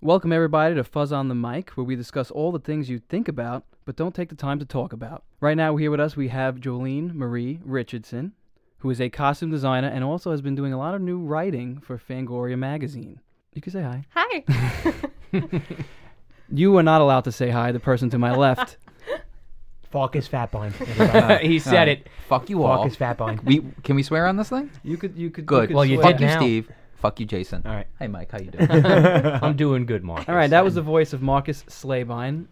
Welcome, everybody, to Fuzz on the Mic, where we discuss all the things you think about but don't take the time to talk about. Right now, here with us, we have Jolene Marie Richardson, who is a costume designer and also has been doing a lot of new writing for Fangoria magazine. You can say hi. Hi. You are not allowed to say hi, the person to my left. Falk is fat blind. he said Alright. it. Fuck you all. Falk is fat blind. We can we swear on this thing? You could, you could, Good. could Well, you swear. did Fuck you, now. Steve. Fuck you, Jason. All right. Hey, Mike. How you doing? I'm doing good, Mark. All right, that was the voice of Marcus Slabine,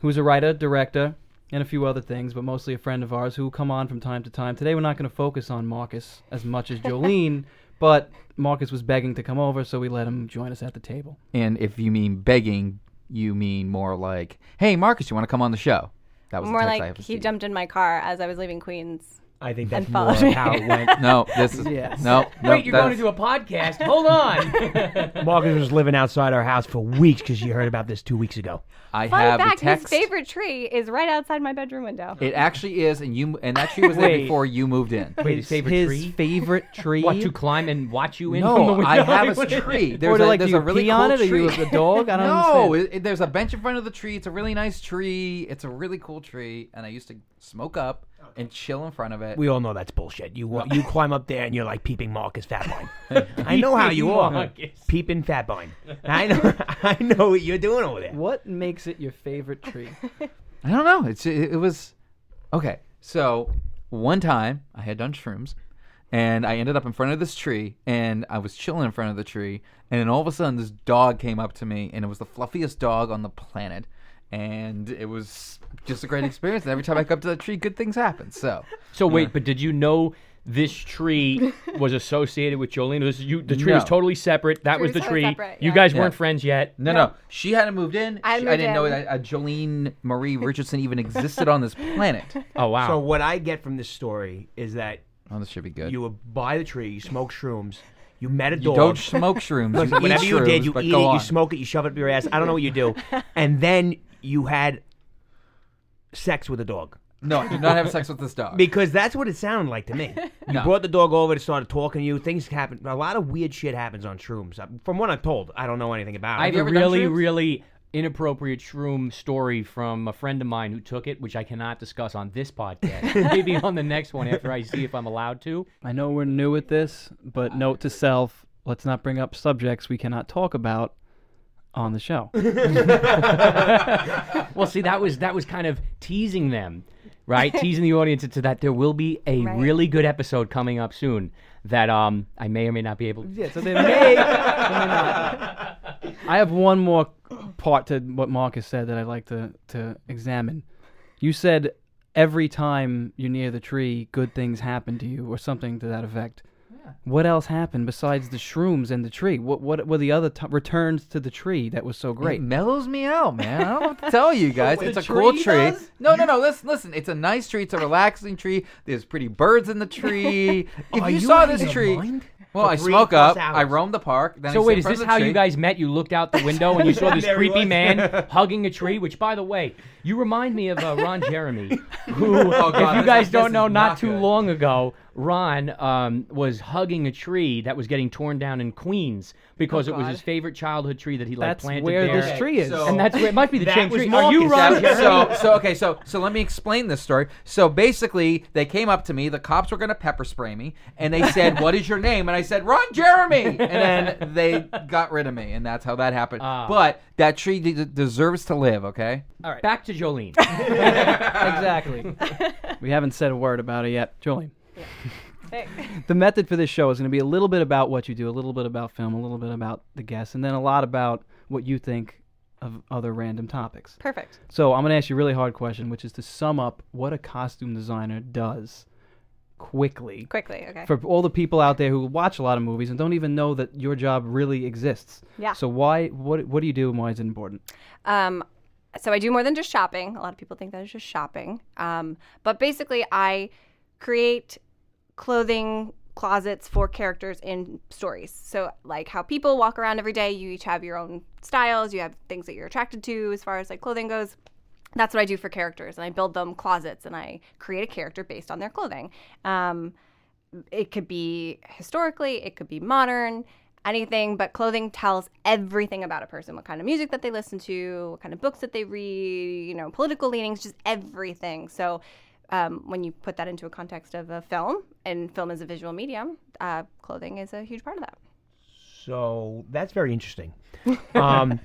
who's a writer, director, and a few other things, but mostly a friend of ours who will come on from time to time. Today, we're not going to focus on Marcus as much as Jolene, but Marcus was begging to come over, so we let him join us at the table. and if you mean begging, you mean more like, "Hey, Marcus, you want to come on the show?" That was More the text I have like with he Steve. jumped in my car as I was leaving Queens. I think that's And more followed me. how it went. No, this is Yes. no. no Wait, you're going to that's- do a podcast? Hold on. Marcus was living outside our house for weeks because she heard about this two weeks ago. I Fun have fact, the text. his favorite tree is right outside my bedroom window. It actually is, and you and actually was there Wait. before you moved in. Wait, his favorite his tree? favorite tree. what to climb and watch you in from the No, window? I have a What is tree. it? There's or do, a, like, there's do you a really pee cool on it, tree. or you with a dog? I don't no, understand. it- it- there's a bench in front of the tree. It's a really nice tree. It's a really cool tree, and I used to smoke up and chill in front of it. We all know that's bullshit. You wa- you climb up there and you're like peeping Marcus fat blind. I know how you are. Marcus. Peeping fat blind. I know. I know what you're doing over there. What makes it your favorite tree? I don't know. It's it, it was okay. So one time I had done shrooms, and I ended up in front of this tree, and I was chilling in front of the tree, and then all of a sudden this dog came up to me, and it was the fluffiest dog on the planet, and it was just a great experience. and every time I go up to that tree, good things happen. So So wait, but did you know this tree was associated with Jolene? This, you, the tree was No. totally separate. That was was the totally tree. separate, You yeah. guys Yeah. weren't friends yet. no, no, she hadn't moved in. I She- moved didn't know in. that uh, Jolene Marie Richardson even existed on this planet. Oh wow. So what I get from this story is that Oh, this should be good. you You, were by the tree, you smoke shrooms, you met a dog. don't smoke shrooms. you eat Whatever you did, shrooms, you but eat it, go on. you smoke it, you shove it up your ass. I don't know what you do. And then you had sex with a dog. No, I did not have sex with this dog. Because that's what it sounded like to me. You No. brought the dog over to started talking to you. Things happen. A lot of weird shit happens on shrooms. Uh, From what I'm told, I don't know anything about it. I have a you ever done really, shrooms? really inappropriate shroom story from a friend of mine who took it, which I cannot discuss on this podcast. Maybe on the next one after I see if I'm allowed to. I know we're new at this, but note to self: let's not bring up subjects we cannot talk about on the show. Well, see, that was that was kind of teasing them, right? teasing the audience into that there will be a Right. really good episode coming up soon that um I may or may not be able. to... Yeah, so they may, they may not. I have one more part to what Marcus said that I'd like to, to examine. You said every time you're near the tree, good things happen to you, or something to that effect. What else happened besides the shrooms and the tree? What what were the other t- returns to the tree that was so great? It mellows me out, man. I don't know what to tell you guys. it's a the cool tree tree. does? No, no, no. Listen, listen. It's a nice tree. It's a relaxing tree. There's pretty birds in the tree. if Are you, you saw out of this your tree, mind? well, For I three smoke plus up. I hours. roam the park. Then So I wait, is sit in front this of the how you tree. guys met? You looked out the window and you saw this There he creepy was. man hugging a tree. Which, by the way, you remind me of uh, Ron Jeremy, who, God, if you this guys is- this don't is know, not, not too good. long ago, Ron um, was hugging a tree that was getting torn down in Queens because it was God. his favorite childhood tree that he like That's planted where there. this tree is. so- and that's where it might be the That same was tree. Are you Marcus. Ron Yeah, Jeremy? so, so okay, so so let me explain this story. So basically, they came up to me. The cops were gonna pepper spray me, and they said, "What is your name?" And I said, "Ron Jeremy." And then they got rid of me, and that's how that happened. Ah. But that tree de- deserves to live. Okay. All right, back to Jolene. exactly. we haven't said a word about it yet, Julie. Hey. the method for this show is going to be a little bit about what you do, a little bit about film, a little bit about the guests, and then a lot about what you think of other random topics. Perfect. So I'm going to ask you a really hard question, which is to sum up what a costume designer does quickly Quickly, okay. for all the people out there who watch a lot of movies and don't even know that your job really exists. Yeah. So why what what do you do and why is it important? Um, so I do more than just shopping. A lot of people think that is just shopping. Um, but basically, I create clothing closets for characters in stories. So, like how people walk around every day, you each have your own styles, you have things that you're attracted to as far as like clothing goes. That's what I do for characters, and I build them closets, and I create a character based on their clothing. Um, it could be historically, it could be modern. anything, but clothing tells everything about a person what kind of music that they listen to, what kind of books that they read, you know, political leanings, just everything. So um, when you put that into a context of a film, and film is a visual medium, uh, clothing is a huge part of that. So that's very interesting. Um,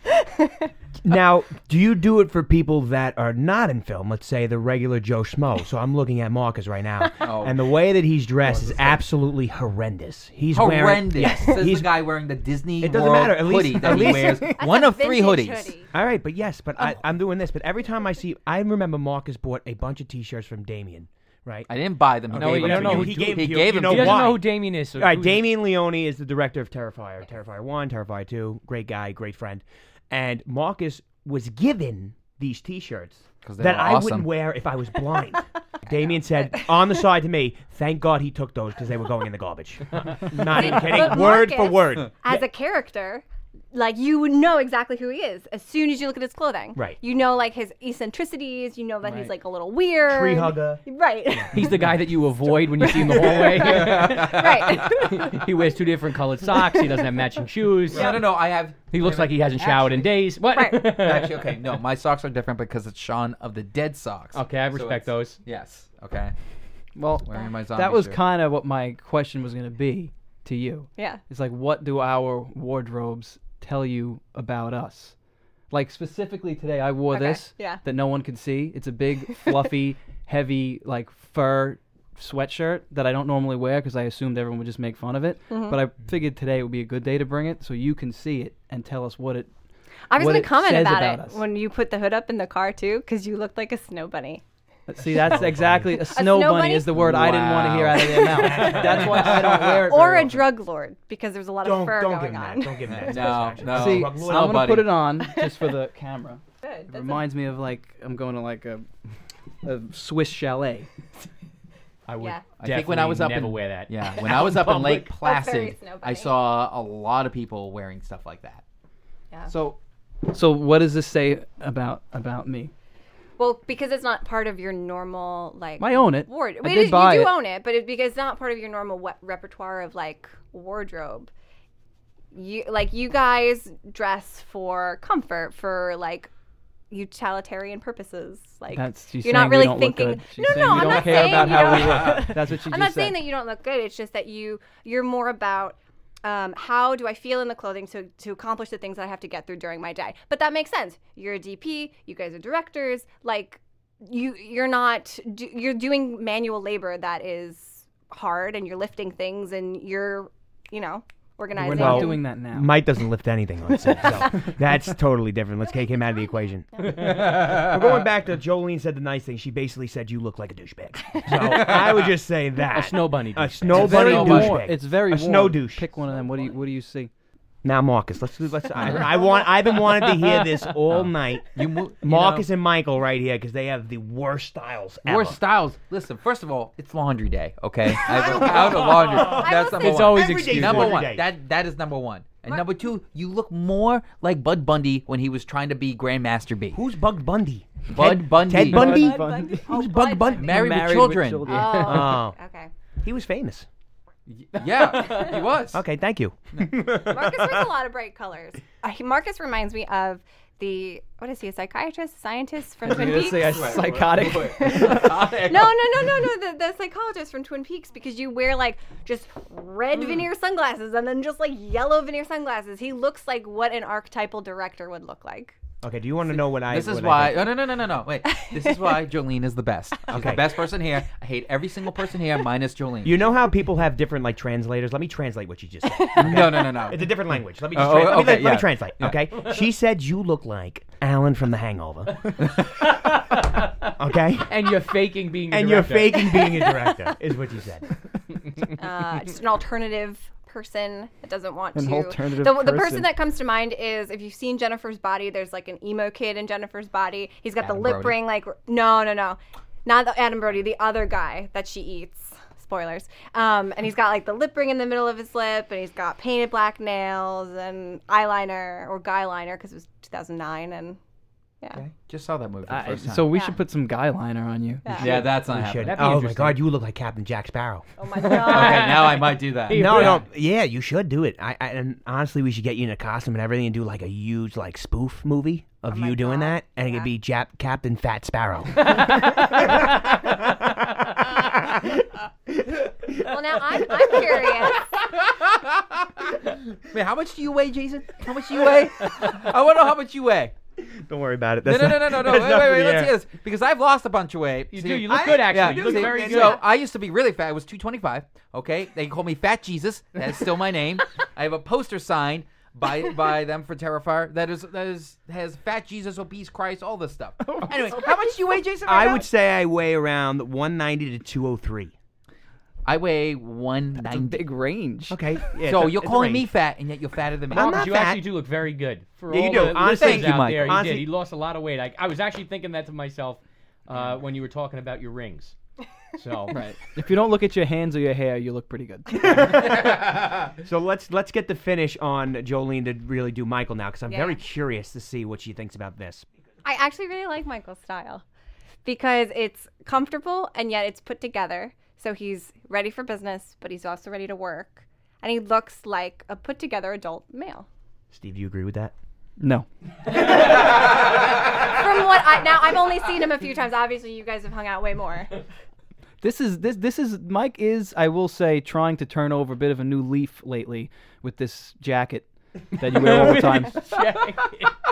now, do you do it for people that are not in film? Let's say the regular Joe Schmo. So I'm looking at Marcus right now, Oh. and the way that he's dressed is absolutely horrendous. He's Wearing, Horrendous. yes, Says he's the guy wearing the Disney It doesn't World matter, at least- hoodie that at he least- wears. That's One a of three vintage hoodies. hoodie. All right, but yes, but Oh. I, I'm doing this. But every time I see, I remember Marcus bought a bunch of T-shirts from Damien, right? I didn't buy them. He No, gave you them don't to know me. who he do- gave, he gave them them to He to me. doesn't why? know who Damien is. So All right, who's- Damien Leone is the director of Terrifier, Terrifier 1, Terrifier 2. Great guy, great friend. And Marcus was given these t shirts 'Cause they that were I awesome. wouldn't wear if I was blind. Damien said on the side to me, thank God he took those because they were going in the garbage. Not even But kidding. Word for Marcus- word. as a character, like you would know exactly who he is as soon as you look at his clothing. Right. You know like his eccentricities. You know that he's like a little weird. Tree hugger. Right. He's the guy that you avoid when you see him in the hallway. right. he wears two different colored socks. He doesn't have matching shoes. No, no, no. I have. He looks like he hasn't showered in days. What? Right. Actually, okay, no, my socks are different because it's Sean of the Dead socks. okay, I So respect it's- those. Yes. Okay. Well, Wearing my zombie that was suit. kind of what my question was going to be to you. Yeah. It's like, what do our wardrobes tell you about us? Like specifically today, I wore Okay, this yeah. that no one could see. It's a big, fluffy, heavy, like fur sweatshirt that I don't normally wear because I assumed everyone would just make fun of it. Mm-hmm. But I figured today would be a good day to bring it so you can see it and tell us what it. I was What going it to comment says about, about it us. when you put the hood up in the car too, because you looked like a snow bunny. See, that's exactly a snow, bunny, bunny? is the word I didn't want to hear out of their mouth. that's why I don't wear it. Or very a drug lord, because there's a lot of Don't, fur don't give going him on. that. Don't give him that. No, no. Oh, See, Rug I'm Lloyd. Snow gonna Buddy. put it on just for the camera. Good. It reminds me of like I'm going to like a, a Swiss chalet. I would. Yeah. I think when I was up definitely in- never wear that. Yeah, when I was up in Lake That's very Placid, snow I bunny. saw a lot of people wearing stuff like that. Yeah. So So what does this say about about me? Well, because it's not part of your normal like. I own it. ward. I Wait, did you- you buy do it. own it, but it, because it's not part of your normal we- repertoire of like wardrobe. You like you guys dress for comfort for like utilitarian purposes. Like That's she's you're saying not we really don't look thinking. good. She's no, saying no, we I'm don't not care saying about you how don't- we look. That's what she I'm just not said. saying that you don't look good. It's just that you you're more about um, how do I feel in the clothing to to accomplish the things that I have to get through during my day. But that makes sense. You're a DP. You guys are directors. Like you you're not do, you're doing manual labor that is hard, and you're lifting things, and you're you know organizing. We're not Well, doing that now. Mike doesn't lift anything on set, so that's totally different. Let's take him out of the equation. We're going back to Jolene said the nice thing. She basically said you look like a douchebag. So I would just say that A snow bunny. a douchebag. snow It's very bunny warm. douchebag. It's very a warm. snow douche. Pick one of them. What do you what do you see? Now Marcus, let's do. Let's. I, I want. I've been wanting to hear this all night. you, mo- you Marcus know, and Michael right here because they have the worst styles. Ever. Worst styles. Listen, first of all, it's laundry day. Okay, I have a out of laundry. That's will number say- one. It's always Every day's excuse. number laundry one. day. That that is number one. And number two, you look more like Bud Bundy when he was trying to be Grandmaster B. Who's Bug Bundy? Bud Ted, Bundy. Ted Bundy. Bud Bundy. Who's Bug Bundy? Married, Married with with children. children. Oh, Oh, okay. he was famous. Yeah, he was. Okay, thank you. Marcus wears a lot of bright colors. Uh, he- Marcus reminds me of the what is he? A psychiatrist, scientist from Twin Peaks. psychotic. No, no, no, no, no. The, the psychologist from Twin Peaks because you wear like just red veneer sunglasses and then just like yellow veneer sunglasses. He looks like what an archetypal director would look like. Okay, do you want to know what I? This is what I why. Oh, no, no, no, no, no. Wait. This is why Jolene is the best. She's the Okay. best person here. I hate every single person here minus Jolene. You know how people have different like translators? Let me translate what you just said. no, no, no, no. It's a different language. Let me just Oh, trans- let, me, okay, let, me yeah. translate. Okay. She said you look like Alan from The Hangover. okay. And you're faking being. a And you're director. faking being a director is what you said. Uh, just an alternative person that doesn't want An to. alternative the, the person. person that comes to mind is if you've seen Jennifer's Body, there's like an emo kid in Jennifer's Body. He's got Adam the lip Brody. ring. Like no, no, no, not the Adam Brody. The other guy that she eats. Spoilers. Um, and he's got like the lip ring in the middle of his lip, and he's got painted black nails and eyeliner or guy liner because it was 2009 and Yeah. Okay. Just saw that movie. For the I- first time. so we Yeah. should put some guy liner on you. Yeah. yeah, that's not You should. happening. Okay, That'd be Oh my interesting. God, you look like Captain Jack Sparrow. Oh my god. now I might do that. No, Yeah. no, yeah, you should do it. I, I and honestly, we should get you in a costume and everything, and do like a huge like spoof movie Oh of my you doing God, that, and it could be Jap- Captain Fat Sparrow. well, now I'm, I'm curious. Wait, how much do you weigh, Jason? How much do you weigh? I want to know how much you weigh. Don't worry about it. No, That's no, no, no, no, no. Wait, that's not wait, for wait. the Let's air. hear this because I've lost a bunch of weight. You See, do. You look I- good, actually. Yeah, you look see, very good. So I used to be really fat. I was 225. Okay, they call me Fat Jesus. That's still my name. I have a poster signed by by them for Terrifier that is that is has Fat Jesus, obese Christ, all this stuff. Anyway, how much do you weigh, Jason? right I now? would say I weigh around 190 to 203. I weigh 190. Big range. Okay. yeah, so it's a- you're it's a calling me range. fat, and yet you're fatter than me. Oh, I'm Marcus, not you fat. actually do look very good. For Yeah, you all do. The Honestly- listeners Thank you, out Mike. There, Honestly- he did. He lost a lot of weight. I, I was actually thinking that to myself uh, when you were talking about your rings. So Right. If you don't look at your hands or your hair, you look pretty good. So let's let's get the finish on Jolene to really do Michael now, because I'm Yeah. very curious to see what she thinks about this. I actually really like Michael's style because it's comfortable and yet it's put together. So he's ready for business, but he's also ready to work. And he looks like a put together adult male. Steve, do you agree with that? No. From what I now I've only seen him a few times. Obviously you guys have hung out way more. This is this this is Mike is I will say trying to turn over a bit of a new leaf lately with this jacket that you wear all the time.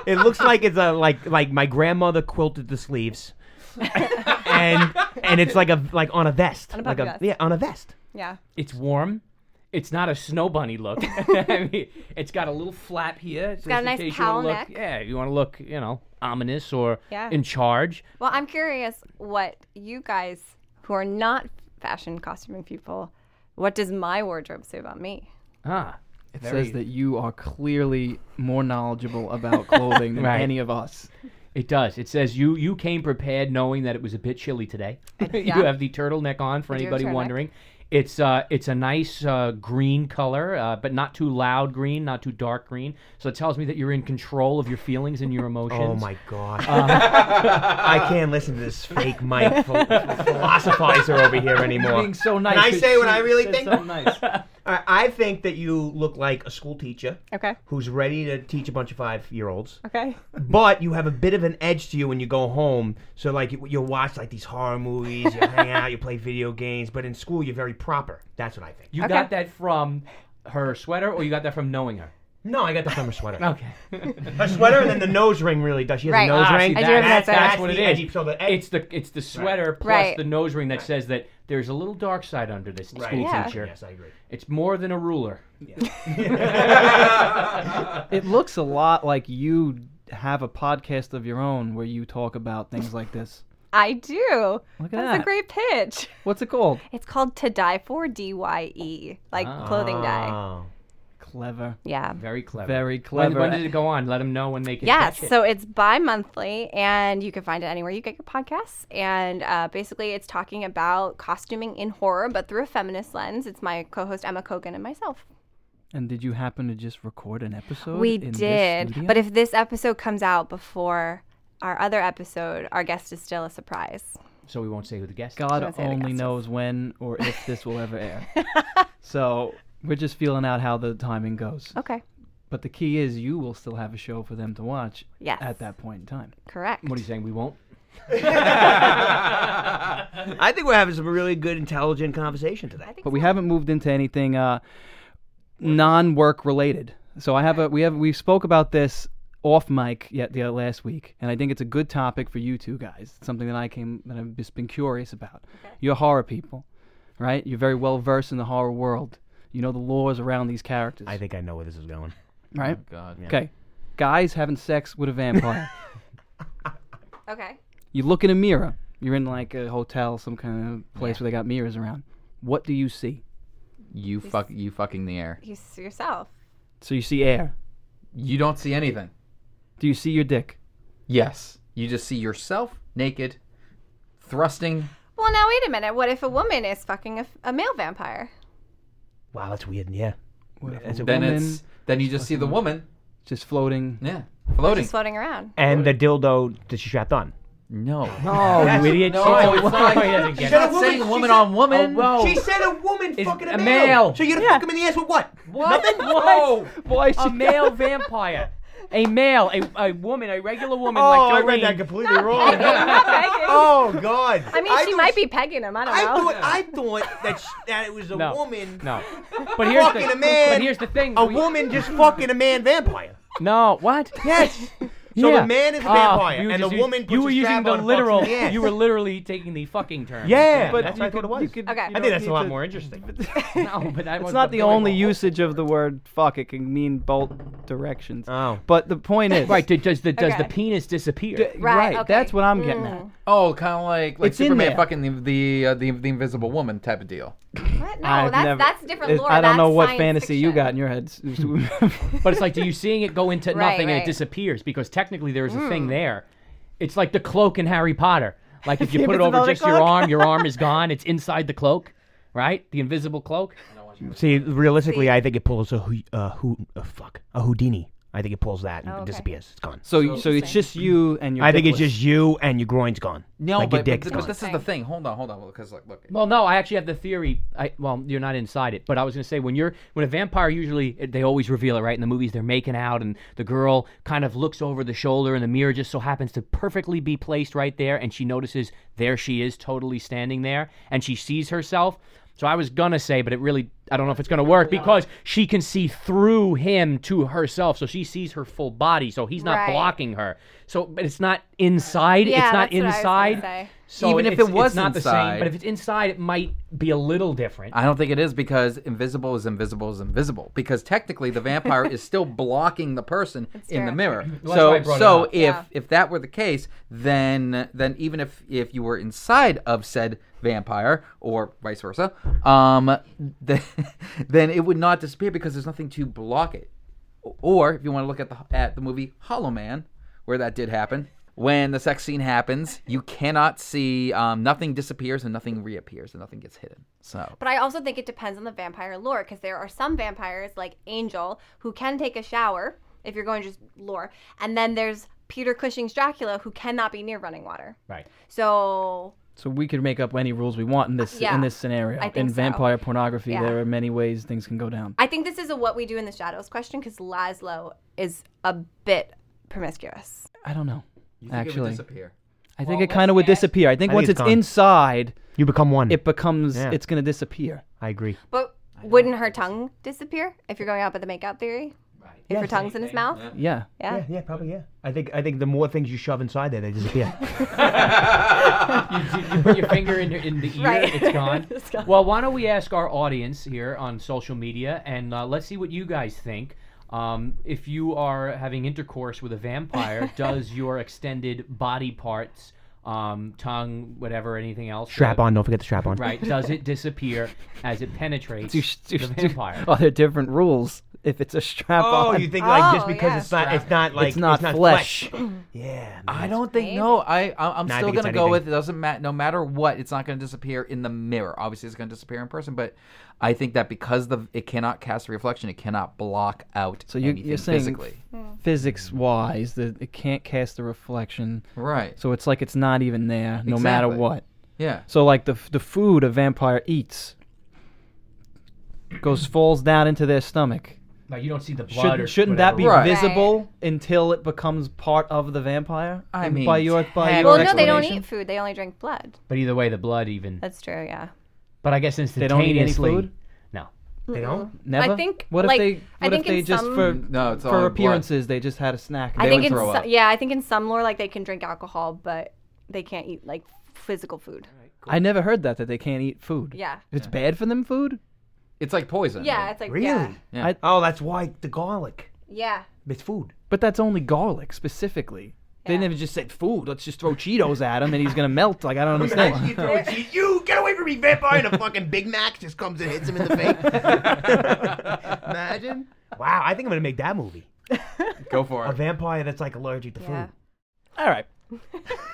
It looks like it's a like like my grandmother quilted the sleeves, and and it's like a like on a vest, a like puffy vest. yeah, on a vest. Yeah. it's warm. It's not a snow bunny look. I mean, it's got a little flap here. It's got a nice cowl neck. Yeah, you want to look, you know, ominous or Yeah. in charge. Well, I'm curious what you guys who are not fashion costuming people, what does my wardrobe say about me? Ah, It says that you are clearly more knowledgeable about clothing than Right. any of us. It does. It says you you came prepared knowing that it was a bit chilly today. you yeah. have the turtleneck on do for have a anybody turtleneck. wondering. It's uh it's a nice uh, green color, uh, but not too loud green, not too dark green. So it tells me that you're in control of your feelings and your emotions. Oh my god! Uh-huh. I can't listen to this fake Mike ph- philosophizer over here anymore. Being so nice. Can I say what I really That's think? So nice. I I think that you look like a school teacher Okay. who's ready to teach a bunch of five-year-olds. Okay. but you have a bit of an edge to you when you go home. So like you, you'll watch like these horror movies, you hang out, you play video games, but in school you're very proper. That's what I think. You got that from her sweater, or you got that from knowing her? No, I got the summer sweater. Okay. Her sweater and then the nose ring really does. She has Right. a nose Ah, ring. see, I do have that's, that sweater. that's That's what the it is. edgy- So the edge, It's the it's the sweater plus Right. the nose ring that says that there's a little dark side under this Right. school Yeah. teacher. Yes, I agree. It's more than a ruler. It looks a lot like you have a podcast of your own where you talk about things like this. I do. Look at That's that. a great pitch. What's it called? It's called to die for, D Y E, like clothing Ah. dye. Oh. Clever. Yeah. Very clever. Very When, clever. when did it go on? Let them know when they can. Yes, catch it. so it's bi monthly, and you can find it anywhere you get your podcasts. And uh, basically, it's talking about costuming in horror, but through a feminist lens. It's my co host, Emma Kogan, and myself. and did you happen to just record an episode? We in this did. studio? But if this episode comes out before our other episode, our guest is still a surprise. So we won't say who the guest. is. God Don't say the only guesses. knows when or if this will ever air. so we're just feeling out how the timing goes. Okay. But the key is you will still have a show for them to watch Yes. at that point in time. Correct. What are you saying? We won't. I think we're having some really good, intelligent conversation today. I think But we so. haven't moved into anything uh, non-work related. So I have a we have we spoke about this off mic yet the uh, last week, and I think it's a good topic for you two guys. It's something that I came that I've just been curious about. You're horror people, right? You're very well versed in the horror world. You know the laws around these characters, I think I know where this is going. right? Oh, God. Okay, guys having sex with a vampire. Okay. you look in a mirror. You're in like a hotel, some kind of place where they got mirrors around. What do you see? You fuck. You fucking the air. You s- yourself. So you see air. You don't see anything. Do you see your dick? Yes. You just see yourself naked, thrusting. Well, now wait a minute. What if a woman is fucking a, f- a male vampire? Wow, that's weird. Yeah. What if a As a Then woman it's then you just see the woman. just floating. Yeah. Floating. just floating around. and the dildo that she strapped on. No. Oh, you idiot! No, Oh, it's it's not. not. She Doesn't get She's it. not woman- saying she woman said- on woman. Oh, wow. She said a woman Is fucking a, a male. male. So you're gonna fuck him in the ass with what? What? Nothing. What? Why is A she- male vampire. A male, a, a woman, a regular woman Oh, I like read Doreen. that completely wrong. Not pegging. oh God! I mean, she thought- might be pegging him. I don't I know. thought I thought that sh that it was a No. woman. No. But here's Fucking the a man. But here's the thing. A we- woman just fucking a man vampire. No, what? Yes. So the man is a Oh, vampire, you and the just used- woman puts You were a strap using the on and fucks him in literal. the ass. You were literally taking the fucking term. Yeah, But that's you what I thought it could- was. you could- Okay. you I don't think that's need a lot to- more interesting. No, but that It's was not the the point. only usage of the word fuck. It can mean both directions. Oh. But the point is. Right. Does the does Okay. the penis disappear? d- Right, right, okay. Mm. That's what I'm getting at. Oh, kind of like like It's in Superman there. fucking the the, uh, the the Invisible Woman type of deal. What? No, I've that's never- that's different it- lore. I don't know That's what science fantasy you fiction. got in your head. But it's like, do you seeing it go into Right, nothing and right. it disappears because technically there is a thing there. It's like the cloak in Harry Potter. Like if you put it over invisible just your cloak. arm, your arm is gone. It's inside the cloak, right? The invisible cloak. See, realistically, I think it pulls a who, uh, who uh, fuck, a Houdini. I think it pulls that and Oh, it okay. disappears. It's gone. So, so it's just you and your. I think it's dickless. just you and your groin's gone. No, like your but, but, dick's th- gone. but this is the thing. Hold on, hold on, because look, look. Well, no, I actually have the theory. I, well, you're not inside it, but I was going to say when you're when a vampire usually they always reveal it right in the movies. They're making out, and the girl kind of looks over the shoulder, and the mirror just so happens to perfectly be placed right there, and she notices there she is, totally standing there, and she sees herself. So I was gonna say, but it really I don't know if it's gonna work because she can see through him to herself, so she sees her full body, so he's not Right. blocking her. So, but it's not inside. Yeah, it's not that's what I was gonna inside. say. So Even if it's- it was it's not the inside. same, but if it's inside, it might be a little different. Ah. I don't think it is because invisible is invisible is invisible because technically the vampire is still blocking the person in the true. mirror. that's why I so brought it so up. if Yeah. if that were the case, then then even if if you were inside of said vampire or vice versa, um, then, then it would not disappear because there's nothing to block it. Or if you want to look at the at the movie Hollow Man, where that did happen. When the sex scene happens, you cannot see. Um, nothing disappears and nothing reappears and nothing gets hidden. So But I also think it depends on the vampire lore because there are some vampires like Angel who can take a shower if you're going just lore, and then there's Peter Cushing's Dracula who cannot be near running water. Right. So So we could make up any rules we want in this Yeah, in this scenario. I think in so. vampire pornography, Yeah. there are many ways things can go down. I think this is a what we do in the shadows question because Laszlo is a bit promiscuous. I don't know. it would Actually, disappear. I think it kind of would disappear. I think I think once it's it's, gone. inside, You become one. it becomes Yeah. it's going to disappear. I agree. But wouldn't her tongue disappear if you're going out with the makeup theory? Right. If her tongue's in his mouth? Yeah. Yeah. Yeah, yeah, probably yeah. I think I think the more things you shove inside there, they disappear. You, you put your finger in, in the ear, Right. it's, gone. It's gone. Well, why don't we ask our audience here on social media and uh, let's see what you guys think. Um, if you are having intercourse with a vampire, does your extended body parts, um, tongue, whatever, anything else, strap uh, on. Don't forget the strap on. right? Does it disappear as it penetrates the vampire? Are there different rules if it's a strap Oh, on? you think like just Oh, because yeah. it's not it's not like it's not flesh. Yeah. I don't think no. I I- I'm No, I still think it's gonna go anything. with it doesn't matter. No matter what, it's not gonna disappear in the mirror. Obviously, it's gonna disappear in person, but I think that because the it cannot cast a reflection, it cannot block out. So you, anything you're saying physically, Hmm. physics wise that it can't cast the reflection. right? So it's like it's not even there, no matter Exactly. what. yeah. So like the f- the food a vampire eats goes falls down into their stomach. Like you don't see the blood or Shouldn't, shouldn't that be whatever. Right. visible until it becomes part of the vampire? I And mean, by your by your Well, technically- no, they don't explanation? eat food. They only drink blood. But either way, the blood even. That's true, yeah. But I guess They don't eat any instantaneously. food. No. They don't. Never. I think, What if like, they? I What if think they in just some- for No, it's all for blood. appearances they just had a snack? I They think would in throw some, up. yeah, I think in some lore, like they can drink alcohol, but they can't eat like physical food. I never heard that that they can't eat food. Yeah. It's bad for them food. It's like poison. Yeah, right? it's like yeah, Really? Yeah. I- Oh, that's why the garlic. yeah. It's food. But that's only garlic specifically. They Yeah. never just said food. Let's just throw Cheetos at him and he's gonna melt. Like I don't understand. you get away from me, vampire! And a fucking Big Mac just comes and hits him in the face. Imagine. Wow, I think I'm gonna make that movie. go for A it. vampire that's like allergic to Yeah. food. All right.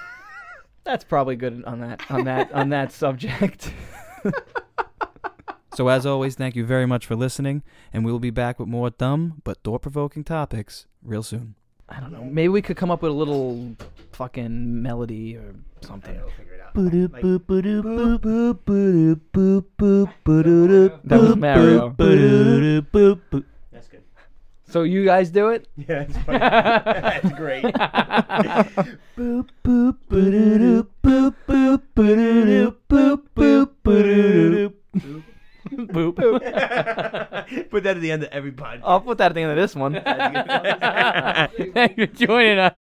That's probably good on that on that on that subject. so as always, thank you very much for listening, and we will be back with more dumb but thought-provoking topics real soon. I don't know. Maybe we could come up with a little fucking melody or something. That was Mario. That's good. So you guys do it? Yeah, that's funny. that's great. boop, boop, ba-doo-doo, boop, boop, ba-doo-doo, boop, boop, ba-doo-doo, boop. Boop. Put that at the end of every podcast. I'll put that at the end of this one. Thanks for joining us.